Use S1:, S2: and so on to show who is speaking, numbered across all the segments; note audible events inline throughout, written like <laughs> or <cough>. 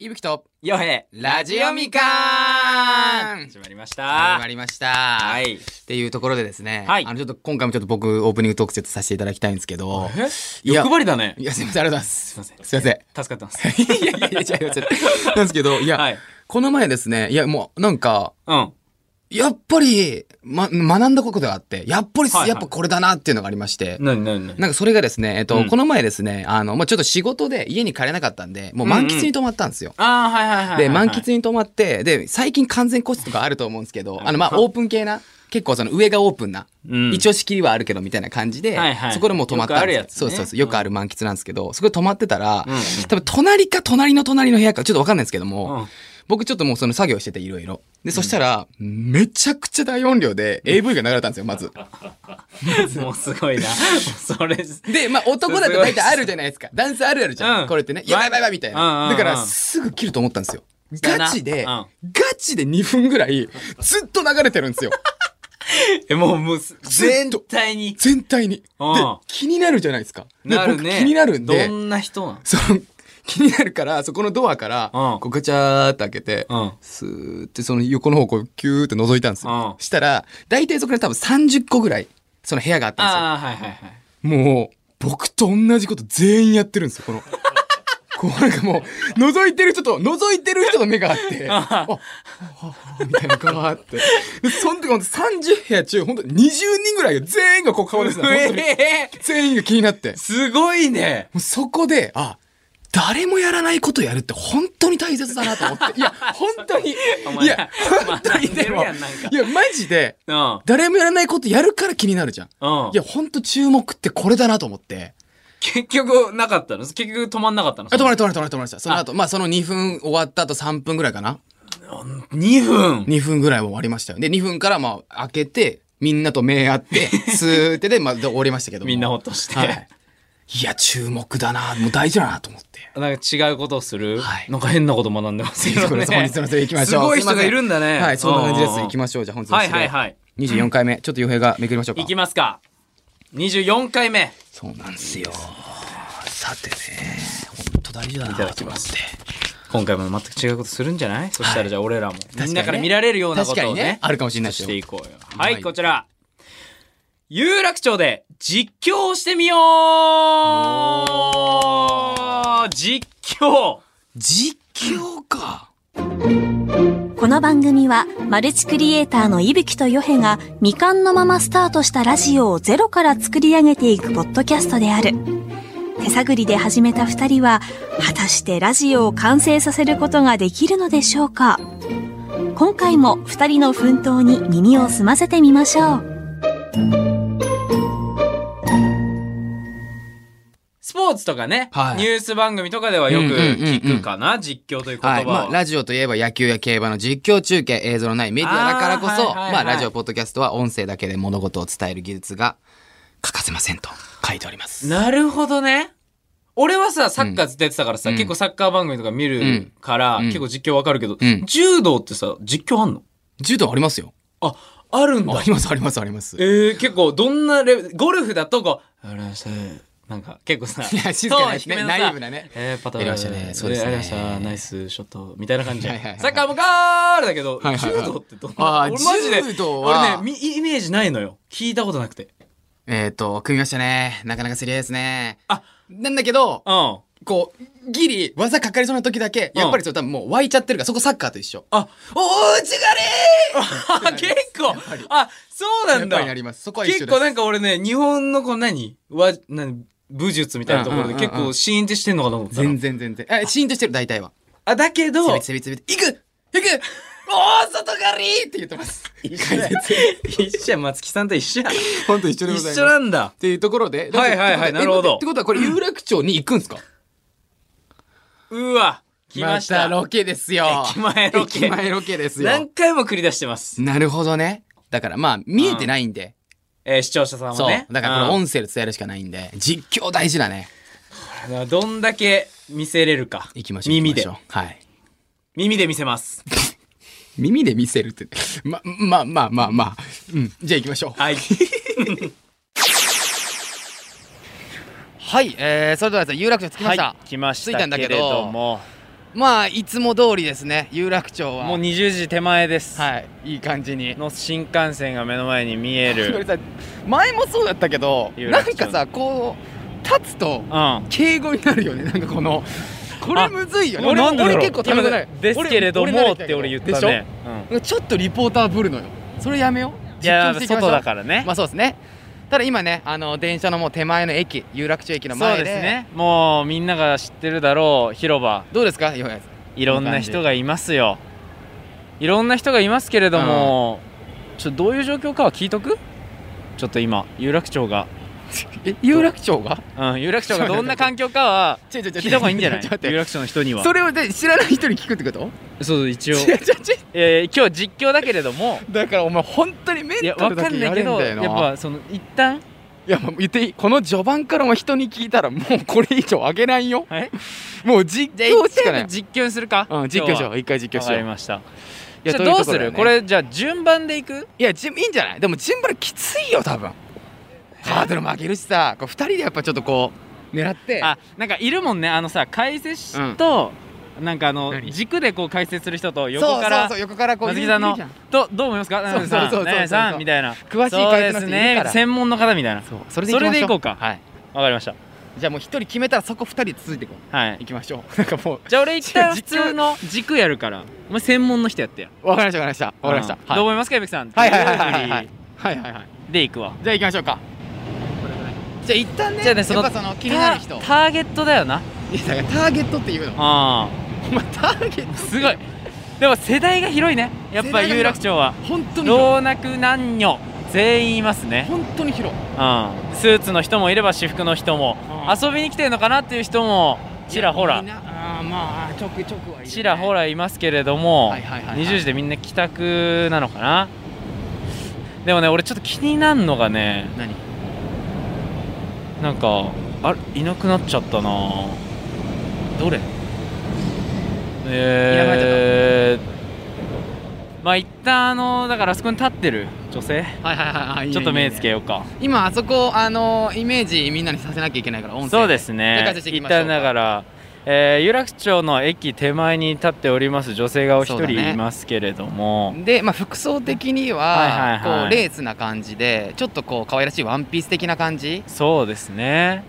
S1: いぶきと
S2: ヨヘ
S1: ラジオみかん
S2: 始まりました
S1: 始まりました。
S2: は
S1: はいっていうところでですね、
S2: はい
S1: あのちょっと今回もちょっと僕オープニングトーク説させていただきたいんですけど、いや
S2: 欲張りだね
S1: いやすみませんありがとうございます。す
S2: すいま
S1: すみ
S2: せん
S1: ません。
S2: 助かってます
S1: <laughs> いやいやいや違う違う違うなんですけどいや、
S2: はい
S1: この前ですねいやもうなんか
S2: うん
S1: やっぱり、ま、学んだことがあってやっぱり、
S2: はいはい
S1: やっぱこれだなっていうのがありまして。
S2: なになになに
S1: なんかそれがですね、えっと、
S2: うん
S1: この前ですね、あの、まあ、ちょっと仕事で家に帰れなかったんで、もう満喫に泊まったんですよ。
S2: あーはいはいはいはいはい
S1: で、満喫に泊まって、で、最近完全個室とかあると思うんですけど、あの、まあ、オープン系な、結構その上がオープンな、
S2: うん
S1: 一応仕切りはあるけどみたいな感じで、
S2: はいはい
S1: そこでもう泊まったんです
S2: よくあるやつね
S1: そうそうそう、よくある満喫なんですけど、そこで泊まってたら、
S2: うんうん
S1: 多分隣か隣の隣の部屋か、ちょっとわかんないですけども、
S2: うん
S1: 僕ちょっともうその作業してていろいろ。で、そしたら、めちゃくちゃ大音量で AV が流れたんですよ、まず。
S2: <laughs> もうすごいなそれ
S1: <laughs> で、まあ男だと大体あるじゃないですか。ダンスあるあるじゃん。
S2: うん
S1: これってね。やばいやばいやばいみたいな。
S2: うんうんう
S1: だ
S2: ん
S1: からすぐ切ると思ったんですよ。
S2: だな
S1: ガチで、
S2: うん
S1: ガチで2分ぐらいずっと流れてるんです
S2: <laughs>
S1: よ。
S2: えもうもう全
S1: ずっと
S2: 体に
S1: 全体に。で
S2: うん、
S1: 気になるじゃないですか。で
S2: なるね
S1: 僕気になるんで
S2: ど、んな人なん
S1: その、気になるから、そこのドアから、
S2: うん
S1: こうガチャーって開けて、
S2: うん
S1: スーってその横の方こうキューって覗いたんですよ。
S2: うん
S1: したら、大体そこで多分30個ぐらい、その部屋があったんですよ。
S2: あーはいはいはい
S1: もう、僕と同じこと全員やってるんですよ、この。こうなんかもう、覗いてる人と、覗いてる人の目があ
S2: <laughs>
S1: って、あ、はあはあみたいなのがあって。でその時ほんと30部屋中、ほんと20人ぐらいが全員がこう顔出すの。本当に
S2: えー
S1: 全員が気になって。も
S2: すごいね
S1: うそこで、あ、誰もやらないことやるって本当に大切だなと思って。いや、本当に。い
S2: <laughs> お前
S1: や、本当にで
S2: 学んでる
S1: も。
S2: やんなんか
S1: いや、マジで、
S2: うんうん
S1: 誰もやらないことやるから気になるじゃん。いや、ほんと注目ってこれだなと思って。
S2: 結局なかったの結局止まんなかったの
S1: あ、止まれ止まれ止まれ止まれした。その後、まあその2分終わった後3分ぐらいかな。
S2: 2分
S1: 2分ぐらいは終わりましたよ。で、2分からまあ開けて、みんなと目合って、
S2: <laughs>
S1: スーってで、まあで終わりましたけども
S2: みんなほっとして、
S1: はい。いや、注目だなもう大事だなと思って。
S2: なんか違うことをする、
S1: はい
S2: なんか変なこと学んで <laughs> ます
S1: という
S2: よ
S1: ことで
S2: ね。
S1: 本日のせい行きましょう。
S2: すごい人がいるんだね。
S1: はい、そんな感じです。行き
S2: ま
S1: ましょう。じゃあ本日の
S2: は
S1: せ
S2: いはいはい。
S1: 24回目、ちょっと余平がめくりましょうか
S2: 行。きますか。24回目。
S1: そうなんですよ。さてね、ほんと大事だなと思って。
S2: 今回も全く違うことするんじゃないそしたらじゃあ俺らも、
S1: ね
S2: みんなから見られるようなこと
S1: 確
S2: を
S1: かに
S2: ね
S1: ねあるかもしれないです
S2: し
S1: よ
S2: ていこうよ。はい、
S1: はい
S2: こちら。有楽町で実況をしてみよう実況
S1: 実況か。
S3: この番組はマルチクリエイターの伊吹とヨヘが未完のままスタートしたラジオをゼロから作り上げていくポッドキャストである手探りで始めた二人は果たしてラジオを完成させることができるのでしょうか今回も二人の奮闘に耳を澄ませてみましょう
S2: スポーツとかね、
S1: はい
S2: ニュース番組とかではよく
S1: うんうんうんうん
S2: 聞くかな、実況という言
S1: は
S2: 葉
S1: い
S2: を。
S1: まあ、ラジオといえば野球や競馬の実況中継映像のないメディアだからこそ
S2: あーはいはいはい
S1: まあ、ラジオポッドキャストは音声だけで物事を伝える技術が欠かせませんと書いております。
S2: なるほどね。俺はさ、サッカーずっとやってたからさ、
S1: うん
S2: 結構サッカー番組とか見るから、
S1: うん
S2: 結構実況わかるけど、
S1: うん
S2: 柔道ってさ、実況あんの
S1: 柔道ありますよ。
S2: あ、あるんだ
S1: あ。りますありますあります。
S2: えー、結構どんなレベル、ゴルフだとこう、あらっしゃいなんか結構さ、
S1: いや静かな
S2: トーン
S1: ね
S2: 低めのさ
S1: ナイーブなね
S2: えー、パター
S1: や
S2: ン。
S1: りましたねそうですね
S2: えーありました。ナイスショット。みたいな感じじゃん。
S1: はいはいはい
S2: サッカーもガールだけど、
S1: はいはいはい
S2: 柔道ってどんな
S1: あー
S2: 俺マジで
S1: 柔道は
S2: 俺ね、みイメージないのよ。聞いたことなくて。
S1: えっ、と、組みましたね。なかなか競り合いですね。
S2: あ、
S1: なんだけど、
S2: うん。
S1: こう、ギリ、技かかりそうな時だけ、
S2: うん
S1: やっぱりそう、多分もう湧いちゃってるから、そこサッカーと一緒。
S2: あ、
S1: おー、ちがれ
S2: あ結構あそう
S1: ー
S2: な
S1: やっ
S2: ん
S1: ぱ
S2: だ
S1: りなります。そこは一緒
S2: 結
S1: です
S2: 構。なんか俺ね日本のこの何は何武術みたいなところ
S1: う
S2: で
S1: んうんうんうん
S2: 結構シーンってしてんのかと思ったの
S1: 全然全然。え、シーンとしてる、大体は。
S2: あだけど
S1: 攻めて攻めて攻めて、行く行くおー、外刈りーって言ってます。解説
S2: 一緒や松木さんと一緒や
S1: 本当一緒でござい
S2: 一
S1: ます。
S2: 緒なんだ
S1: っていうところで。
S2: はいはいはい
S1: だって
S2: なるほど
S1: えってことはこれ有楽町に行くんすか
S2: うわ来ました
S1: ロケですよ。
S2: 駅前ロケ
S1: 駅前ロケですよ。
S2: 何回も繰り出してます
S1: なるほどね。だからまあ見えてないんで。
S2: えー視聴者さん
S1: そ
S2: も
S1: う
S2: ね。
S1: だからこれ
S2: うん
S1: 音声で伝えるしかないんで、実況大事だね。
S2: だからどんだけ見せれるか
S1: 行きましょう。
S2: 耳
S1: 行き
S2: で
S1: ましょうはい。
S2: 耳で見せます
S1: 耳で見せるって。ま、まあまあまあまあ。うん。じゃあ行きましょう。
S2: はい
S1: はい。えー、それではですね有楽町着きました。
S4: はい、来ました
S1: 着いたんだけど
S4: れども
S1: まあいつも通りですね有楽町は
S2: もう20時手前です、
S1: はいいい感じに
S2: の新幹線が目の前に見え
S1: これ
S2: る
S1: <laughs> さ前もそうだったけど
S2: 有
S1: なん
S2: 楽町
S1: かさこう立つと
S2: うん
S1: 敬語になるよねなんかこのこれむずいよね
S2: 俺
S1: 俺
S2: なんでだろう
S1: 俺結構ためない
S2: ですけれどもって俺言ったね、
S1: ちょっとリポーターぶるのよそれやめよ
S2: うん、い
S1: 実
S2: や
S1: 況していきましょ
S2: 外
S1: う
S2: だからね、
S1: まあそうですねただ今ねあの電車のもう手前の駅有楽町駅の
S2: そう
S1: 前
S2: で
S1: です
S2: ねもうみんなが知ってるだろう広場
S1: どうですか岩井さん
S2: いろんな人がいますよいろんな人がいますけれども、ちょっとどういう状況かは聞いとくちょっと今有楽町が、
S1: え有楽町が
S2: うん、有楽町がどんな環境かは
S1: 違う違う違う
S2: 聞いた方がいいんじゃな
S1: <laughs>
S2: い
S1: ちょっと待っ
S2: 有
S1: て
S2: 楽町の人には
S1: それをで知らない人に聞くってこと
S2: そう一応
S1: 違う違う違う
S2: えー、今日実況だけれども
S1: だからお前本当にメ
S2: いや
S1: ンタ
S2: わ
S1: ル
S2: か
S1: だけ
S2: ん
S1: やれ
S2: ないけ
S1: ん
S2: ど
S1: だよ
S2: やっ
S1: な
S2: ぱその一旦
S1: いやもう言っていいこの序盤からお前人に聞いたらもうこれ以上あげないよ
S2: はい
S1: もう実
S2: じゃあ一
S1: 況しかな
S2: 回
S1: い
S2: の実況にするか
S1: うん実況しよ
S2: 今日は
S1: う一回実況
S2: わ
S1: し
S2: かり
S1: よう
S2: ました
S1: いや
S2: じゃあ
S1: という
S2: どう
S1: とこ
S2: す
S1: ろだ
S2: る
S1: よね
S2: これじゃあ順番でいく
S1: いやじいいんじゃないでもジンバルきついよ多分ハードルも上げるしさこう二人でやっぱちょっとこう狙って
S2: あなんかいるもんねあのさ解説師と、なんかあの
S1: 何
S2: 軸でこう解説する人と横
S1: そ
S2: から
S1: うそうそう横からこう
S2: 松木さんの
S1: いるじゃ
S2: どどう思いますか
S1: そうそう
S2: ナナ
S1: そうそうそう
S2: さんナナさんみたいな
S1: 詳しい
S2: そう
S1: 解
S2: で
S1: 説の人いるか
S2: すね
S1: ら
S2: 専門の方みたいな
S1: そうそれで
S2: それで
S1: いき
S2: い
S1: まし
S2: こ
S1: ょ
S2: うか
S1: はい
S2: わかりました
S1: じゃあもう一人決めたらそこ二人で続いていこう
S2: はい
S1: 行きましょうなんかも
S2: じゃあ俺一旦普
S1: <laughs> 実況
S2: 通の軸やるからお前専門の人やってや
S1: うわかりましたわかりましたわかりました
S2: うん
S1: はい
S2: どう思いますかゆきさん
S1: はいはいはいはいはいはいはいはい
S2: でいくわ
S1: じゃあ行きましょうかじゃあ一旦ね
S2: じゃあねその
S1: やっぱその気になる人い
S2: タターゲットだよな
S1: やだからターゲットっていうの
S2: あ
S1: お前ターゲッ
S2: あすごいでも世代が広いねやっぱ
S1: 世代が広い
S2: 有楽町は
S1: ト本当に広
S2: 老若男女全員いますね
S1: い本当に広い
S2: うん、スーツの人もいれば私服の人も、
S1: う
S2: 遊びに来てるのかなっていう人もちら
S1: い
S2: ほ
S1: や
S2: ら
S1: みんなあーまあちょくちょくはいるね
S2: ちらほらいますけれども、
S1: はいはいはいはい
S2: 20時でみんな帰宅なのかなでもね俺ちょっと気になるのがね
S1: 何
S2: なんかあれいなくなっちゃったな
S1: どれ
S2: えーまあ一旦あのだからあそこに立ってる女
S1: は
S2: 性
S1: いはいはいはいいいね
S2: ちょっと目つけ
S1: いいね
S2: ようか
S1: 今あそこあのイメージみんなにさせなきゃいけないから音声
S2: そうです
S1: じゃあ
S2: ね
S1: 解説してい
S2: 一
S1: きましょうか
S2: 旦だから、えー有楽町の駅手前に立っております女性がお一
S1: そうだ
S2: 人
S1: ね
S2: いますけれども、
S1: で、まあ、服装的に
S2: はい
S1: は
S2: はいはい
S1: こうレースな感じでちょっとこう可愛らしいワンピース的な感じ
S2: そうですね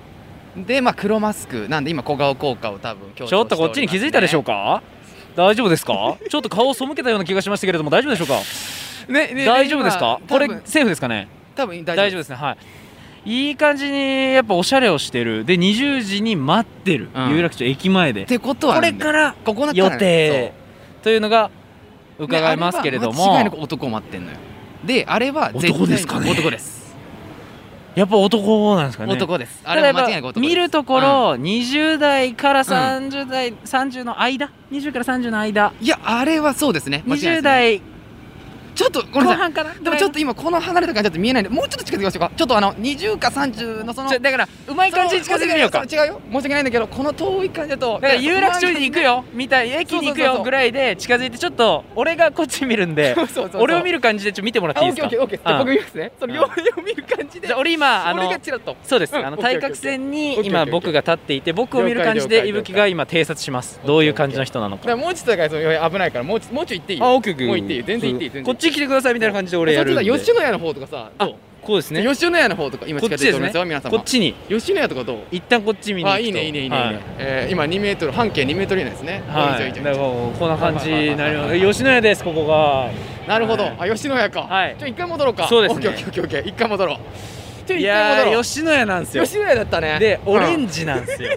S1: で、まあ、黒マスクなんで今小顔効果を多分強調
S2: ちょっとこっちに気づいたでしょう
S1: か
S2: か大丈夫ですかちょっと顔を背けたような気がしましたけれども大丈夫でしょうか
S1: ねね
S2: 大丈夫ですか
S1: 今
S2: これ
S1: 多分
S2: セーフですかね
S1: 多分大丈夫
S2: 大丈夫ですねはいいい感じにやっぱおしゃれをしてるで20時に待ってる、
S1: うん
S2: 有楽町駅前で
S1: ってことは
S2: こ
S1: な
S2: れ
S1: んだ
S2: から
S1: ここだった
S2: 予
S1: ら
S2: 定というのが伺いますけれど
S1: ねあ
S2: も、
S1: は間違いなく男を待ってんのよであれは絶対に
S2: 男ですかね
S1: 男です
S2: やっぱ男なんですかね
S1: 男ですあ
S2: ただ
S1: れ
S2: や
S1: は
S2: っぱ
S1: 間違いなく男です
S2: 見るところ、20代から30代、30の間20から30の間
S1: いやあれはそうですね間違いないですね
S2: 20代
S1: ちょっとご
S2: 後
S1: めんなさい
S2: 半かな
S1: でもちょっと今この離れた感じだと見えないんでもうちょっと近づきましょうかちょっとあの20か30のその
S2: ちょだからうまい感じに近づいてみようか
S1: その違うよ申し訳ないんだけどこの遠い感じだと
S2: だから有楽町に行くよみたい駅に行く
S1: そうそうそうそ
S2: よ
S1: う
S2: ぐらいで近づいてちょっと俺がこっち見るんで
S1: そうそうそう
S2: 俺を見
S1: る
S2: る感じでちょっと見てもらって
S1: あ
S2: いい
S1: オッケ
S2: です
S1: ーオ
S2: か
S1: ッケーオッケーじゃあ僕見ますねその
S2: うん
S1: 両を見る感じで
S2: じゃあ俺今あ
S1: 俺
S2: の
S1: がチラッと
S2: そうです
S1: うん
S2: あの
S1: オッケーオッケ
S2: 対
S1: ー
S2: 角線
S1: オッ
S2: に
S1: ケー
S2: 今
S1: オッケー
S2: 僕が立っていて僕を見る感じ
S1: 了
S2: で
S1: 解了
S2: 伊
S1: 解
S2: 吹が今偵察します
S1: 解
S2: どういう感じの人なの
S1: だ
S2: か
S1: からもうちょっとだからその危ないからもうちょもうちょい行っていいよ
S2: あオッケーオッケー
S1: もう行っていいよ全然行っていい全然
S2: こっち来てくださいみたいな感じで俺や
S1: そ
S2: る
S1: っ
S2: んで
S1: ちだ吉野家の方とかさ
S2: あ
S1: どう
S2: こうですね
S1: 吉野家の方とか今近づいておりますよ皆様
S2: こっちに
S1: 吉野家とかどう
S2: 一旦こっち見に行くと
S1: あいいねいいねいいねいい
S2: は
S1: ねえー今2メートル半径2メートル以内ですね
S2: はい
S1: おいい
S2: だ
S1: じゃんいいじゃんいいじ
S2: か
S1: ゃん
S2: らこうこんな感じになります吉野家ですここが
S1: なるほど、
S2: は
S1: あ吉野家か、
S2: はい
S1: じゃあ一回戻ろうか
S2: そうですね
S1: オッケーオッケーオッケーオッケー一回戻ろうじゃあ
S2: い
S1: 一回
S2: や
S1: 戻ろ
S2: ー
S1: う
S2: 吉野家なんですよ
S1: 吉野家だったね
S2: でオレ
S1: ジ
S2: ンジなんです
S1: <laughs>
S2: よ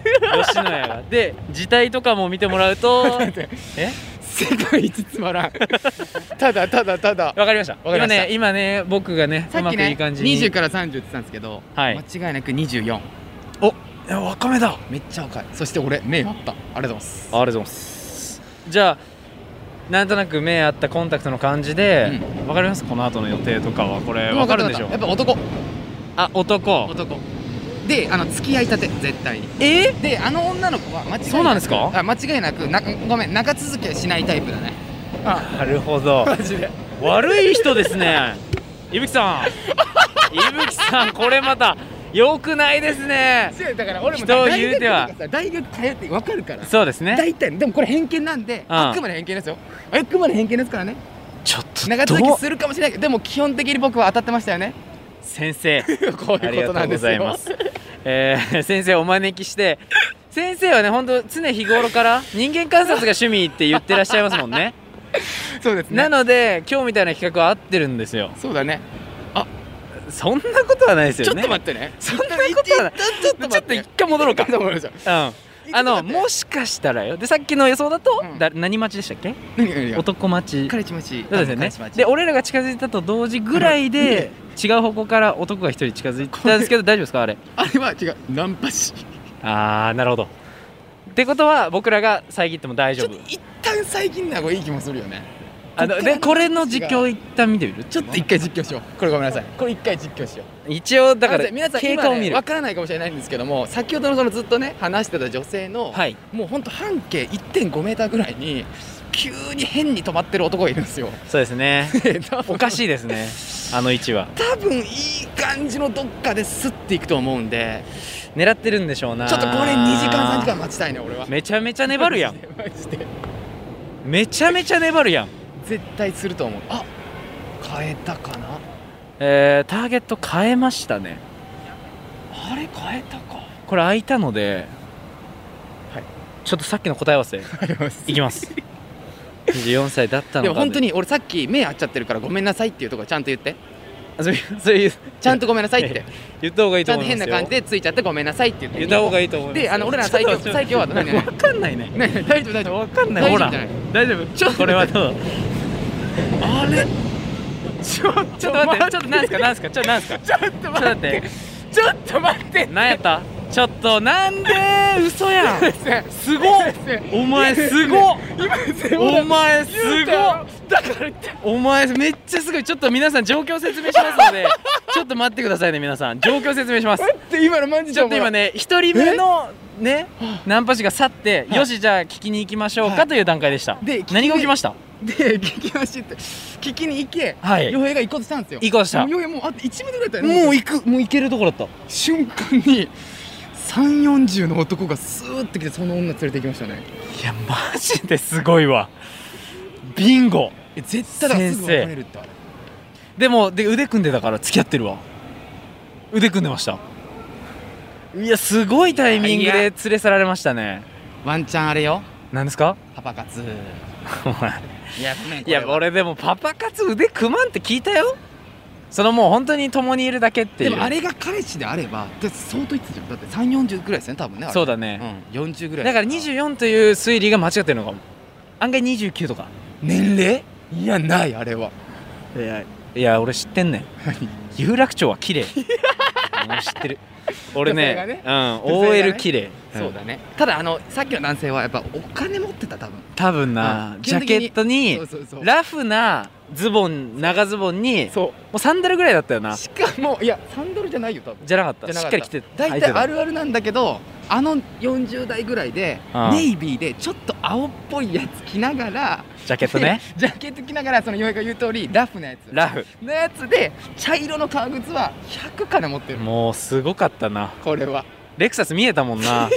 S2: 吉野家がで字体とかも見てもらうと
S1: <laughs>
S2: え
S1: 世界一つまらん <laughs> ただただただ
S2: わかりました
S1: わかりました
S2: 今ね今ね僕がね
S1: さ
S2: <laughs> う
S1: っ
S2: ま
S1: き
S2: くい
S1: ね
S2: い感じに
S1: 20から30って言ってたんですけど、
S2: はい
S1: 間違いなく24
S2: いや若めだあり
S1: めっちゃ若いそして俺目あったありがとうございます
S2: がとうございますじゃあなんとなく目合ったコンタクトの感じでわ、かりますこの後の予定とかはこれわかるんでしょう
S1: やっぱ男
S2: あ男
S1: 男であの付き合いたて絶対に
S2: えー
S1: であの女の子は間違いなく
S2: そうなんですか
S1: あ間違いなくなごめん長続きはしないタイプだね
S2: なるほど
S1: マジで
S2: <laughs> 悪い人ですね。いぶきさん。いぶきさん、これまた。よくないですね
S1: そうだから俺も
S2: 人を言うては
S1: 大学とかさ大学通って分かるから
S2: そうですね
S1: 大体でもこれ偏見なんで、
S2: うん
S1: あくまで偏見ですよあくまで偏見ですからね
S2: ちょっと
S1: 長
S2: ど
S1: 続
S2: う
S1: きするかもしれないけどでも基本的に僕は当たってましたよね
S2: 先生
S1: こう
S2: <laughs> あ
S1: い
S2: り
S1: うこと
S2: がと
S1: な
S2: うんご
S1: ですよ
S2: ざいます。えー、先生をお招きして先生はね本当常日頃から人間観察が趣味って言ってらっしゃいますもん
S1: <laughs>
S2: ね
S1: そうです
S2: な
S1: ね
S2: ので今日みたいな企画は合ってるんですよ
S1: そうだね
S2: そんなことはないです
S1: ちょ
S2: よ
S1: っ
S2: ね
S1: と待ってね
S2: そんなことはない
S1: ちょっと
S2: ち
S1: 待っ
S2: ょっと
S1: て
S2: 一回戻ろうか
S1: ちょっと待ってちょっと待って
S2: うんあのもしかしたらよでさっきの予想だと、
S1: うん
S2: だ何町でしたっけ
S1: 何が何が
S2: 男町
S1: 彼氏町
S2: そうですよねで俺らが近づいたと同時ぐらいで違う方向から男が一人近づいたんですけど大丈夫ですかあれ
S1: あれは違うナンパし
S2: あーなるほどってことは僕らが遮っても大
S1: ち
S2: 丈
S1: ょっと
S2: 夫
S1: 一旦最近の方がいい気もするよね
S2: あのでこれの実況一旦見てみる
S1: ちょっ <laughs> と一回実況しようこれごめんなさいこれ一回実況しよう
S2: 一応だか
S1: なの
S2: ら
S1: で皆さん
S2: 経
S1: 今
S2: 過を見
S1: ね
S2: る、
S1: わからないかもしれないんですけども先ほどのそのずっとね話してた女性の、
S2: はい
S1: もうほんと半径1.5メーターぐらいに急に変に止まってる男がいるんです
S2: <laughs>
S1: よ
S2: そうです
S1: <laughs>
S2: ねおか
S1: い
S2: しいですねあの位置は
S1: 多分いい感じのどっかでスッていくと思うんで
S2: 狙ってるんでしょうな
S1: ちょっとこれ2時間3時間待ちたいね俺は
S2: めちゃめちゃ粘るやん
S1: マジ <laughs> でマジで
S2: めちゃめちゃ粘るやん
S1: 絶対すると思うあ変えた
S2: <laughs>
S1: かな
S2: えー、ターゲット変えましたね
S1: あれ変えたか
S2: これ空いたので、
S1: はい
S2: ちょっとさっきの答え
S1: <laughs>
S2: 合わせ
S1: あります
S2: いきます24歳だったの
S1: で
S2: か
S1: も本当に俺さっき目合っちゃってるからごめんなさいっていうところちゃんと言って
S2: あそういうそういう
S1: ちゃんとごめんなさいって
S2: 言った方がいい
S1: ち
S2: と
S1: ゃん
S2: 思
S1: と
S2: います
S1: 変
S2: よ
S1: な感じでついちゃってごめんなさいって言って
S2: 言った方がいいと思いますよ
S1: であの俺ら最強
S2: ちょっと
S1: 最強は何々
S2: わかんないね
S1: ね大丈夫大丈夫
S2: わかんない
S1: 大
S2: ほ
S1: 丈夫
S2: ら
S1: じゃない
S2: 大丈夫ちょっとこれはどう
S1: あれちょっ
S2: ちょっと待ってちょっとなんすかなんすかちょっとなんすかちょっと待って
S1: ちょっと待って
S2: なんやったちょっとなんで嘘やん
S1: すごい
S2: お前すごっお前すごっ
S1: だから言って
S2: お前めっちゃすごいちょっと皆さん状況説明しますの <laughs> でちょっと待ってくださいね皆さん状況説明します
S1: で今のマジで
S2: ちょっと今ね一人目のねナンパ師が去って
S1: い
S2: よしじゃあ聞きに行きましょう
S1: は
S2: か
S1: い
S2: という段階でした
S1: で聞きに
S2: 何が起きました
S1: で聞きましって聞きに行け
S2: はい
S1: 洋平が行こうとしたんですよ
S2: 行こうとした
S1: も洋平もうあと1メートルぐらいだったよね
S2: もう行くもう行けるところだっ
S1: 瞬間に3 4 0の男がスーッて来てその女連れて行きましたね
S2: たいやマジですごいわビンゴ
S1: え絶対だからすぐ別れるってあれ
S2: でもで腕組んでたから付き合ってるわ腕組んでましたいやすごいタイミングで連れ去られましたね
S1: ワンチャンあれよ
S2: 何ですか
S1: パパ活
S2: お前
S1: いやごめん
S2: いや俺でもパパ活腕組まんって聞いたよそのもう本当に共にいるだけってい
S1: で
S2: う
S1: もあれが彼氏であればだって相当言ってたじゃんだって3 4 0ぐらいですね多分ねあれ
S2: そうだね、
S1: うん40ぐらい
S2: だから24という推理が間違ってるのかも案外29とか
S1: 年齢いやないあれ
S2: <laughs>
S1: はい
S2: やいや俺知ってんねん有楽町は綺
S1: <laughs>
S2: 麗俺知ってる俺ね
S1: 女性女
S2: うん
S1: 性がね
S2: OL 綺麗、
S1: そうんだねただあのさっきの男性はやっぱお金持ってた多分
S2: 多分な、
S1: うん基
S2: ジ
S1: 本
S2: ャ
S1: 的
S2: ケ
S1: に
S2: ットに
S1: そうそうそう
S2: ラフなズボン長ズボンにも
S1: そう
S2: うサンダルぐらいだったよな
S1: しかもいやサンドルじゃないよ多分
S2: じゃなかった
S1: じゃな
S2: し
S1: か
S2: っ
S1: っ
S2: か
S1: た
S2: り着て
S1: 大
S2: 履い
S1: 体
S2: てた
S1: あるあるなんだけどあの40代ぐらいで
S2: うん
S1: ネイビーでちょっと青っぽいやつ着ながら
S2: ジャケットね
S1: <laughs> ジャケット着ながらその嫁が言う通りラフなやつ
S2: ラフ
S1: のやつで茶色の革靴は100から持ってる
S2: もうすごかったな
S1: これは
S2: レクサス見えたも
S1: <laughs>
S2: んな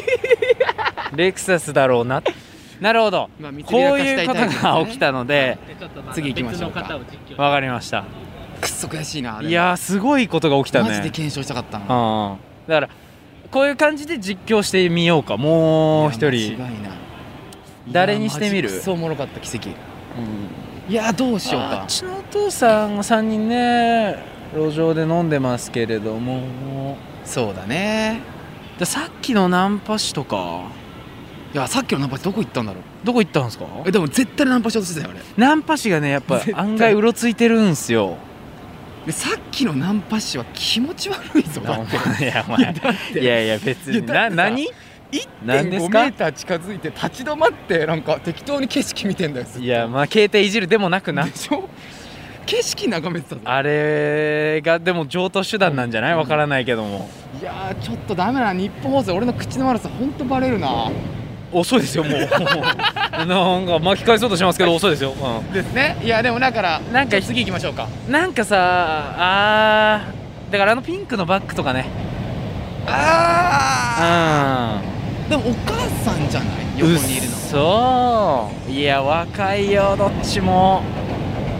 S2: レクサスだろうななるほど
S1: まあ見せ
S2: こ
S1: びら
S2: う
S1: かし
S2: いう
S1: い
S2: こ
S1: タ
S2: と
S1: イプですね
S2: が起きたので
S1: 次行きましょうか
S2: わかりました
S1: くっそ悔しいなあれ
S2: いやーすごいことが起きたね
S1: マジで検証したかったな
S2: うんだからこういう感じで実況してみようかもう一
S1: いや
S2: 人
S1: 間違いない
S2: 誰にしてみる
S1: そうおもろかった奇跡いやどうしよう
S2: あ
S1: か
S2: うちのお父さんが3人ね路上で飲んでますけれども
S1: そうだね
S2: でさっきのナンパ師とか
S1: いやさっきのナンパ師どこ行ったんだろう
S2: どこ行ったんですか
S1: えでも絶対ナンパしようとしてたよあれ
S2: ナンパ師がねやっぱ
S1: 絶対
S2: 案外うろついてるんすよ
S1: でさっきのナンパ師は気持ち悪いぞだって
S2: <laughs> いやお前いやいや別に
S1: いやだ
S2: な
S1: ってさ
S2: 何何です
S1: 1.5
S2: か
S1: メーター近づいて立ち止まってなんか適当に景色見てんだよずっと
S2: いやまあ携帯いじるでもなくな
S1: でしょ景色眺めてたぞ
S2: あれがでも上等手段なんじゃないわからないけども
S1: いやーちょっとダメだな日本放送俺の口の悪さほんとバレるな
S2: 遅いですよもう <laughs> なんか巻き返そうとしますけど遅いですよ、
S1: ですねいやでもだから
S2: なんか
S1: 次行きましょうか
S2: なんかさあーだからあのピンクのバッグとかね
S1: あ
S2: あ
S1: ーでもお母さんじゃない
S2: うん
S1: 横にいるの
S2: そういや若いよどっちも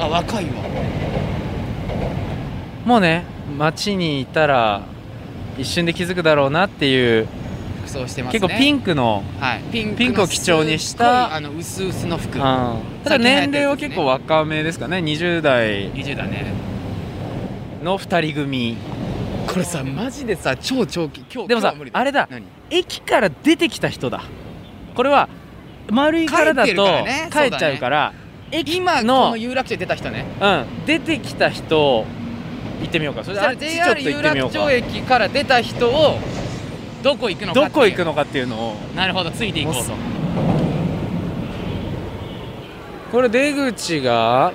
S1: あ若いわ
S2: もうね街にいたら一瞬で気づくだろうなっていう
S1: 服装してますね
S2: 結構ピ
S1: ン
S2: ンクの、
S1: はいピンクの
S2: ピンクを基調にし
S1: すっ
S2: た
S1: ごいあの薄々の服
S2: うん、ただ年齢は結構
S1: わ
S2: 若めですかね20代
S1: 20だね
S2: の2人組
S1: これさマジでさ超長期今日
S2: で
S1: 今
S2: も
S1: 日は
S2: さ
S1: 無理
S2: あれだ
S1: 何
S2: 駅から出てきた人だこれは丸いからだ
S1: 帰ってるから
S2: と
S1: ね
S2: 帰っちゃうから駅
S1: 今こ
S2: の
S1: の有楽町に出た人ね
S2: うん、出てきた人行ってみようかそれ
S1: じ
S2: で
S1: ゃ
S2: あ
S1: あ
S2: っちちょっと
S1: JR
S2: 行
S1: 有
S2: っ
S1: 楽
S2: てみよ
S1: 町
S2: うか
S1: 駅から出た人をどこ行くのか
S2: どこ行く
S1: の
S2: のかっていうのを
S1: なるほどついていこうと
S2: これ出口が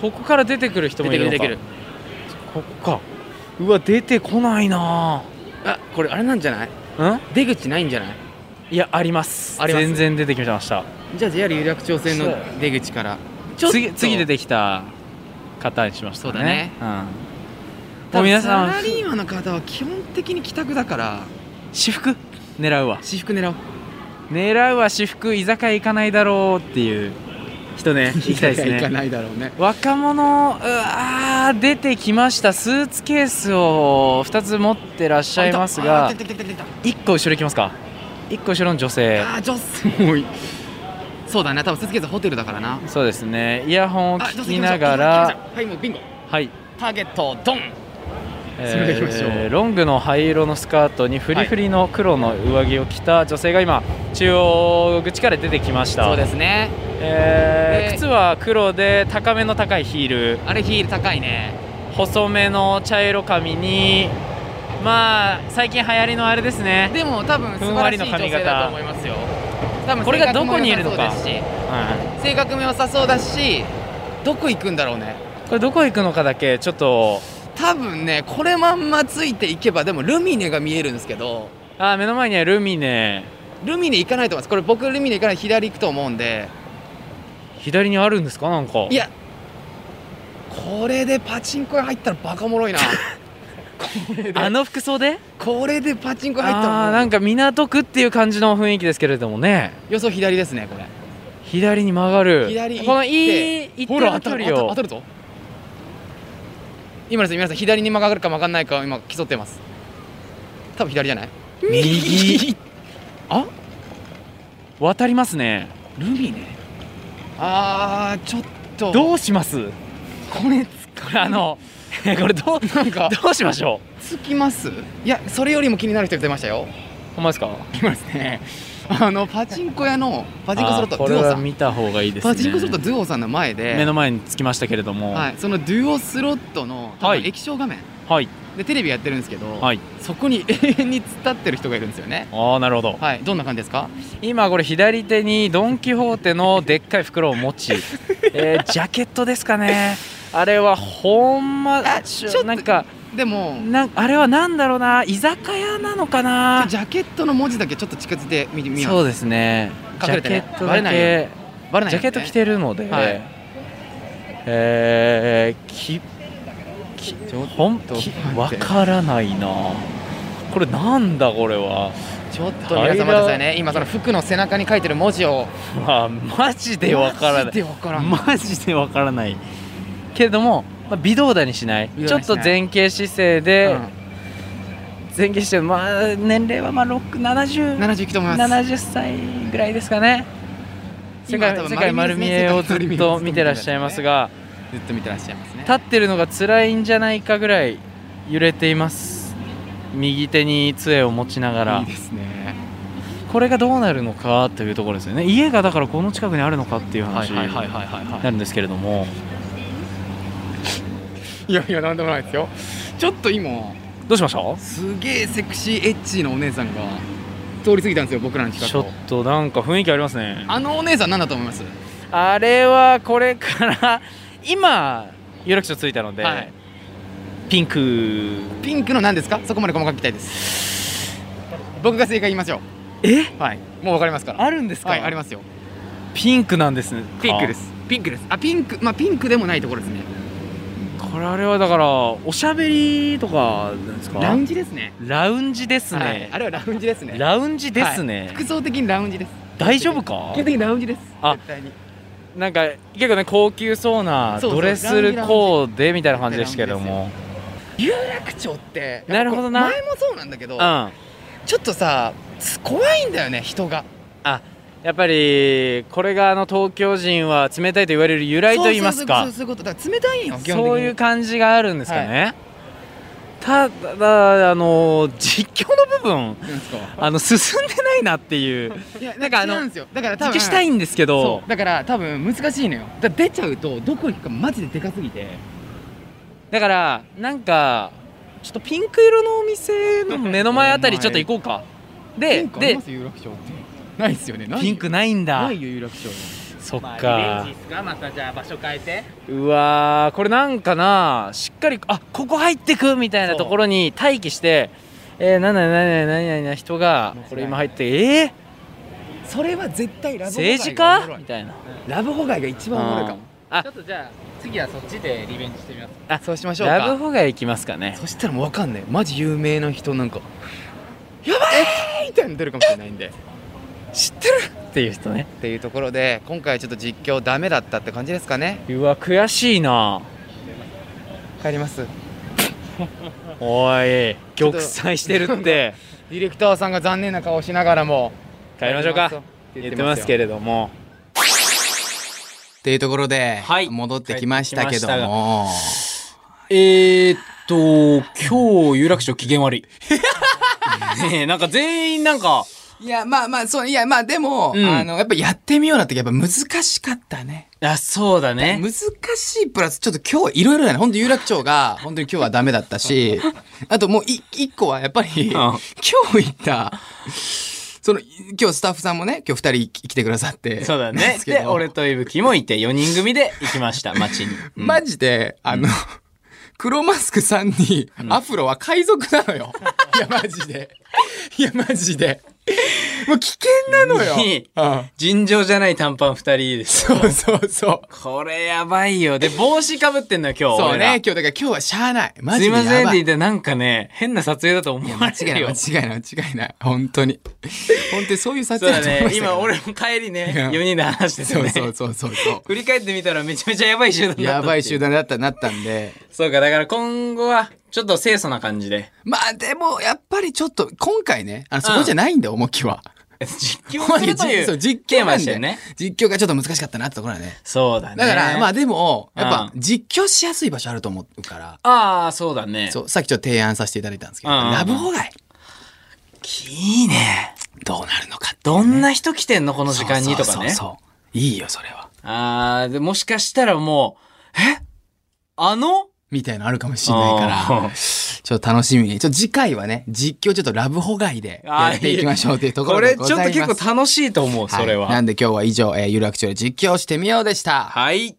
S2: ここから出てくる人
S1: 出
S2: も
S1: て
S2: い
S1: く
S2: る
S1: る
S2: の
S1: 出
S2: か
S1: てくる
S2: ここかうわ出てこないな
S1: あこれあれなんじゃない
S2: うん
S1: 出口ないんじゃない
S2: いやあります
S1: あります
S2: 全然出てきました
S1: じゃあ JR 有楽町線の出口からちょっと
S2: 次次出てきた方にしましたね
S1: そうだね
S2: うん、もう皆さ
S1: 多分サラ
S2: ん
S1: リーマンの方は基本的に帰宅だから
S2: 私服狙うわ
S1: 私服狙おう
S2: 狙うは私服居酒屋行かないだろうっていう
S1: <laughs>
S2: 人ね行きたいです
S1: いや行か
S2: ね
S1: ないだろうね
S2: 若者うわー出てきましたスーツケースを2つ持ってらっしゃいます
S1: あ
S2: が
S1: いたあ来た来た来た来た
S2: 1個後ろ行きますか1個後ろの女性
S1: あー女性もうそうだね多分スーツケースホテルだからな
S2: そうですねイヤホンを
S1: あ女
S2: 聞
S1: 性
S2: き
S1: 行きましょ
S2: な
S1: う行
S2: が
S1: き
S2: ら
S1: ましょうはいもうビンゴ
S2: はい
S1: ターゲットドンそれで行きましょう
S2: えーロングの灰色のスカートにフリフリの黒の上着を着た女性が今中央口から出てきました
S1: そうですね
S2: えー
S1: で
S2: 靴は黒で高めの高いヒール
S1: あれヒール高いね
S2: 細めの茶色髪にまあ最近流行りのあれですね、
S1: でも多分素
S2: ふん
S1: 晴
S2: わ
S1: ら
S2: り
S1: し
S2: の
S1: い女
S2: 髪型
S1: 性だと思いますよ多分
S2: これがどこにいるのか
S1: 性格も良さそうです
S2: は
S1: し性格も良さそうだしどこ行くんだろうね
S2: い、これどこ行くのかだけちょっと
S1: 多分ねこれまんまついていけばでもルミネが見えるんですけど
S2: あー目の前にはルミネ
S1: ルミネ行かないと思いますこれ僕ルミネ行かない左行くと思うんで
S2: 左にあるんですかなんか
S1: いやこれでパチンコ屋入ったらバカおもろ
S2: <laughs>
S1: いなこれで
S2: あの服装で
S1: これでパチンコ屋入ったら
S2: あ
S1: も
S2: ー
S1: う
S2: なんか港区っていう感じの雰囲気ですけれどもね
S1: 予想左ですねこれ
S2: 左に曲がる
S1: 左行って
S2: このいい一定の
S1: 当た
S2: 距
S1: る
S2: 離
S1: 当た
S2: を
S1: 当たるぞ今ですね皆さん左に曲がるか曲がんないかを今競ってます多分左じゃない
S2: 右渡りますね
S1: <laughs> ルミネあーちょっと
S2: どうします <laughs>
S1: これ
S2: これあの <laughs> これどう
S1: なんか
S2: どうしましょ
S1: つきますいやそれよりも気になる人が出ましたよ <laughs>
S2: うほんまですか
S1: いますねあのパチンコ屋のパチンコスロッ
S2: あー
S1: ト
S2: こ
S1: ド
S2: れ
S1: ゥオさ
S2: は
S1: ん
S2: 見た方がいいですね
S1: パチンコスロットドゥオさんの前で
S2: 目の前につきましたけれども
S1: はい、そのデュオスロットの多分
S2: はい
S1: 液晶画面
S2: はい、
S1: でテレビやってるんですけど、
S2: はい
S1: そこに <laughs> 永遠に突っ立ってる人がいるんですよね
S2: ああなるほど
S1: はいどんな感じですか
S2: 今これ左手にドン・キホーテのでっかい袋を
S1: <laughs>
S2: 持ち、えージャケットですかねあれはほんま
S1: あち
S2: ち
S1: ょっ
S2: ょ
S1: と
S2: なんか
S1: でも
S2: なんあれはなんだろうな居酒屋なのかな
S1: ジャケットの文字だけちょっと近づいてみてみ
S2: そう
S1: よう
S2: ですねジ
S1: 隠
S2: ャ
S1: れて
S2: ケ
S1: ね
S2: ット
S1: バレ
S2: だ
S1: ないよ
S2: け
S1: バレない
S2: ジ
S1: よ
S2: ャ
S1: ね
S2: ケット着てるので、
S1: はい
S2: えー、ききほん
S1: ちょっと待
S2: き
S1: って
S2: わからないなこれなんだこれは
S1: ちょっと皆さん待ってくださいね今その服の背中に書いてる文字を
S2: まあマジでわからな
S1: マ
S2: い
S1: ジでわからん
S2: マジでわからないけれども、まあ、微動だにしない
S1: 微動
S2: ち
S1: だ
S2: ょっ
S1: にしな
S2: と
S1: い
S2: 前傾姿勢
S1: う
S2: で、
S1: ん
S2: 前傾してまあ年齢はまあ6 7070
S1: 70いくと思います
S2: 歳ぐらいですかね世
S1: 今
S2: 界
S1: 多分
S2: 世界丸見えをずっと見てらっしゃいますが
S1: ずっと見てらっしゃいますね
S2: 立ってるのが辛いんじゃないかぐらい揺れています右手に杖を持ちなが
S1: い
S2: ら
S1: いですね
S2: これがどうなるのかというところですよね家がだからこの近くにあるのかっていう話にな
S1: はいはいは
S2: るんですけれども
S1: いやいやなんでもないですよちょっと今
S2: どうしました
S1: すげえセクシーエッチーのお姉さんが通り過ぎたんですよ僕らの近
S2: ち
S1: く
S2: ょ
S1: を
S2: っとなんか雰囲気ありますね
S1: あのお姉さん何だと思います
S2: あれはこれから今有楽町着いたので、
S1: はい
S2: ピンク
S1: ピンクの何ですかそこまで細かく聞きたいです僕が正解言いましょ
S2: え
S1: うはいもうわかりますから
S2: あるんですか、
S1: はいありますよ
S2: ピンクなんですね
S1: ピンクですピンクですあピンクまあピンクでもないところですね
S2: こ
S5: これあれはだからおしゃべりとかなんですか
S6: ラウンジですね
S5: ラウンジです
S6: はい
S5: ね、
S6: あれはラウンジですね
S5: ラウンジですね、
S6: 服装的にラウンジです
S5: 大丈夫か
S6: 基本的にラウンジです
S5: あ
S6: 絶対に
S5: なんか結構ね高級そうな
S6: そうそう
S5: ドレスコーデみたいな感じでしたけども
S6: 有楽町って
S5: なるほどな
S6: 前もそうなんだけど
S5: うんや
S6: ちょっとさつ怖いんだよね人が
S5: っぱりこれがあの東京人は冷たいと言われる由来と言いますか
S6: そうそうそうそういうことだから冷たいんよ基本的に
S5: そういう感じがあるんですかね、ただあの実況の部分
S6: なんですか
S5: あの進んでないなっていう
S6: いや
S5: な
S6: なんん
S5: か
S6: か
S5: あ
S6: あ
S5: の
S6: のですよだから多
S5: 実況
S6: 分
S5: したいんですけど
S6: そうだから多分難しいのよだから出ちゃうとどこ行くかマジででかすぎて
S5: だからなんかちょっとピンク色のお店の目の前あた
S6: <laughs>
S5: りちょっと行こうかで
S6: ピンクあり
S5: で
S6: ます有楽町ってないっすよねないよ
S5: ピンクないんだ
S6: ないよ有楽町
S5: そっか、
S2: ですかまたじゃあ場所変えて
S5: うわーこれなんかなしっかりあここ入ってくみたいなところに待機してえー、なんだなんだなんだなんだ人がこれ今入ってえー、
S6: それは絶対ラブホ街
S5: 政治
S6: がおも
S5: 家
S6: ろい
S5: みたいな
S6: ラブホ街が一番おもろいかも
S5: あ
S2: ちょっとじゃあ次はそっちでリベンジしてみます
S5: あ
S6: そうしましょうか
S5: ラブホが行きますかね
S6: そしたらもうわかんないマジ有名な人なんかやばいみたいなの出るかもしれないんで
S5: 知ってるっていう人ね
S6: っていうところで今回ちょっと実況ダメだったって感じですかね
S5: うわ悔しいな
S6: 帰ります
S5: おい
S6: ちょっと
S5: 玉砕してる
S6: <laughs>
S5: って
S6: ディレクターさんが残念な顔しながらも
S5: 帰りましょうか言ってますけ
S6: ど
S5: れども
S1: っていうところで、
S5: はい
S1: 戻ってきましたけど
S5: 帰ってき
S1: も。
S2: えーっと今日有楽町機嫌
S1: <laughs>
S2: 悪いねえなんか全員なんか
S1: いや、まあまあ、そう、いや、まあでも、
S2: うん
S1: あの、やっぱやってみようなって、やっぱ難しかったね。
S2: あそうだね
S1: 難しいプラス、ちょっと今日はいろいろだね。本当有楽町
S2: <laughs>
S1: が、本当に今日はダメだったし、あともうい一個はやっぱり、今日行った、その、今日スタッフさんもね、今日二人来てくださって。
S2: そうだ
S1: なん
S2: ね
S1: すけ
S2: で
S1: ど
S2: 俺と伊吹もいて4人組で行き
S1: <laughs>
S2: ました街に、うん
S1: マジで、あの、黒マスクさんに、アフロは海賊なの
S2: <laughs>
S1: よ。いや、マジで。いや、マジで。もう危険なのよ。
S2: いい
S1: うん
S2: 尋常じゃない短パン2人です
S1: そうそうそう。
S2: これやばいよで帽子かぶってんのよ今日
S1: そう
S2: 俺ら
S1: ね、今日だから今日はしゃあない。マ
S2: す
S1: ジ
S2: い
S1: で
S2: ま
S1: やばい。
S2: せんって言ってなんかね変な撮影だと思わ
S1: 間
S2: れ
S1: 違いな
S2: てる
S1: い
S2: よ
S1: 間違いない間違いない本当に本当にそういう撮
S2: そ
S1: 影
S2: うだ
S1: だと思いま
S2: ね
S1: した
S2: 今俺
S1: も
S2: も帰りね
S1: うん
S2: 4人で話してて
S1: そう
S2: ね
S1: そうそうそうそ
S2: 振り返ってみたらめちゃめちゃやばい集団だっ
S1: う
S2: た
S1: やばい
S2: 集
S1: 集
S2: 団
S1: 団だったなったんで
S2: そうかだから今後はちょっと清楚な感じ
S1: <laughs>
S2: で
S1: まあでもやっぱりちょっと今回ねあのそこじゃないんだよ重きは
S2: 実況するとい
S1: そうう実
S2: テ
S1: 況
S2: ーマ
S1: なん
S2: でした
S1: で
S2: よね
S1: 実況がちょっと難しかったなってところだね
S2: そうだね
S1: だからまあでもやっぱ
S2: う
S1: 実況しやすい場所あると思うから
S2: ああそうだね
S1: そうさっきちょっと提案させていただいたんですけど
S2: うん
S1: ラブホ街
S2: いいね
S1: どうなるのかって
S2: どんな人来てんのこの時間にとか
S1: そうそう
S2: ね
S1: そうそういいよそれは
S2: ああでもしかしたらもうえあの
S1: みたいなのあるかもしれないから
S2: あ
S1: <laughs>
S2: ー
S1: ちょっと楽しみに。ちょっと次回はね、実況ちょっとラブホ外でやっていきましょうというとこ
S2: こ
S1: ろ
S2: れ
S1: で
S2: ち
S1: ご
S2: ょっと
S1: ざいます。
S2: 結構楽しいと思うそれ
S1: い。な
S2: は
S1: んで今日は以上、えー、有楽町で実況してみようでした。
S2: はい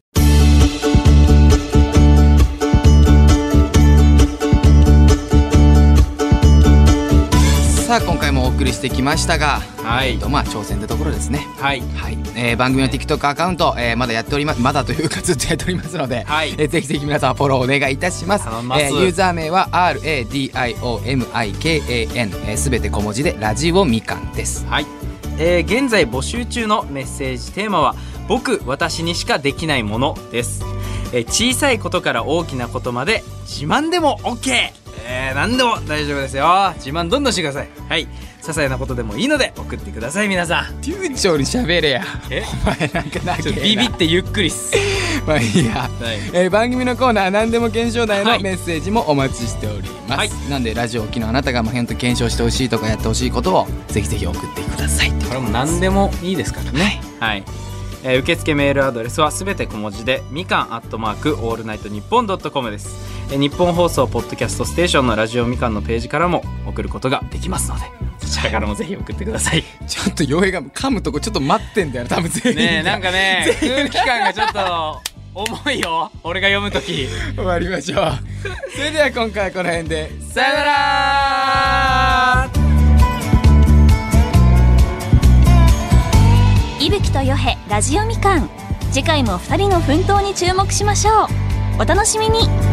S1: さあ、今回もお送りしてきましたが、
S2: は
S1: え
S2: い
S1: っと、まあ、挑戦ってところですね。
S2: はい
S1: はい、えー番組の TikTok アカウント、えーまだやっておりますまだというかずっとやっておりますので、
S2: はい
S1: えーぜひぜひ皆さんフォローお願いいたします
S2: 頼みます
S1: えーユーザー名は RADIOMIKAN すべて小文字でラジオみかんです
S2: はい、えー現在募集中のメッセージテーマは「僕私にしかできないもの」です、えー小さいことから大きなことまで自慢でも OK えー、何でも大丈夫ですよ自慢どんどんしてくださいはい些細なことでもいいので送ってください皆さん
S1: 流暢に喋れや <laughs>
S2: <laughs> え
S1: お前なんかな
S2: ちょっと
S1: ビ
S2: ビビ
S1: ビ
S2: ってゆっくりっす
S1: <laughs> まあいいや
S2: はい
S1: えー番組のコーナー何でも検証台
S2: は
S1: の
S2: い
S1: メッセージもお待ちしております、
S2: はい
S1: なんでラジオを機のあなたがまあ本当検証してほしいとかやってほしいことをぜひぜひ送ってください
S2: これも何でもいいですからねはい、えー受付メールアドレスはすべて小文字でみかんアットマークオールナイトニッポンドットコムです、えー日本放送ポッドキャストステーションのラジオみかんのページからも送ることができますのでそちらからもぜひ送ってください
S1: ちょっと傭兵が噛むとこちょっと待ってんだよ多分全員
S2: <laughs> ねえなんかね空気感がちょっと重いよ俺が読むとき
S1: <laughs> 終わりましょうそれでは今回はこの辺で
S2: さよなら
S3: 伊吹とよへラジオみかん次回も2人の奮闘に注目しましょうお楽しみに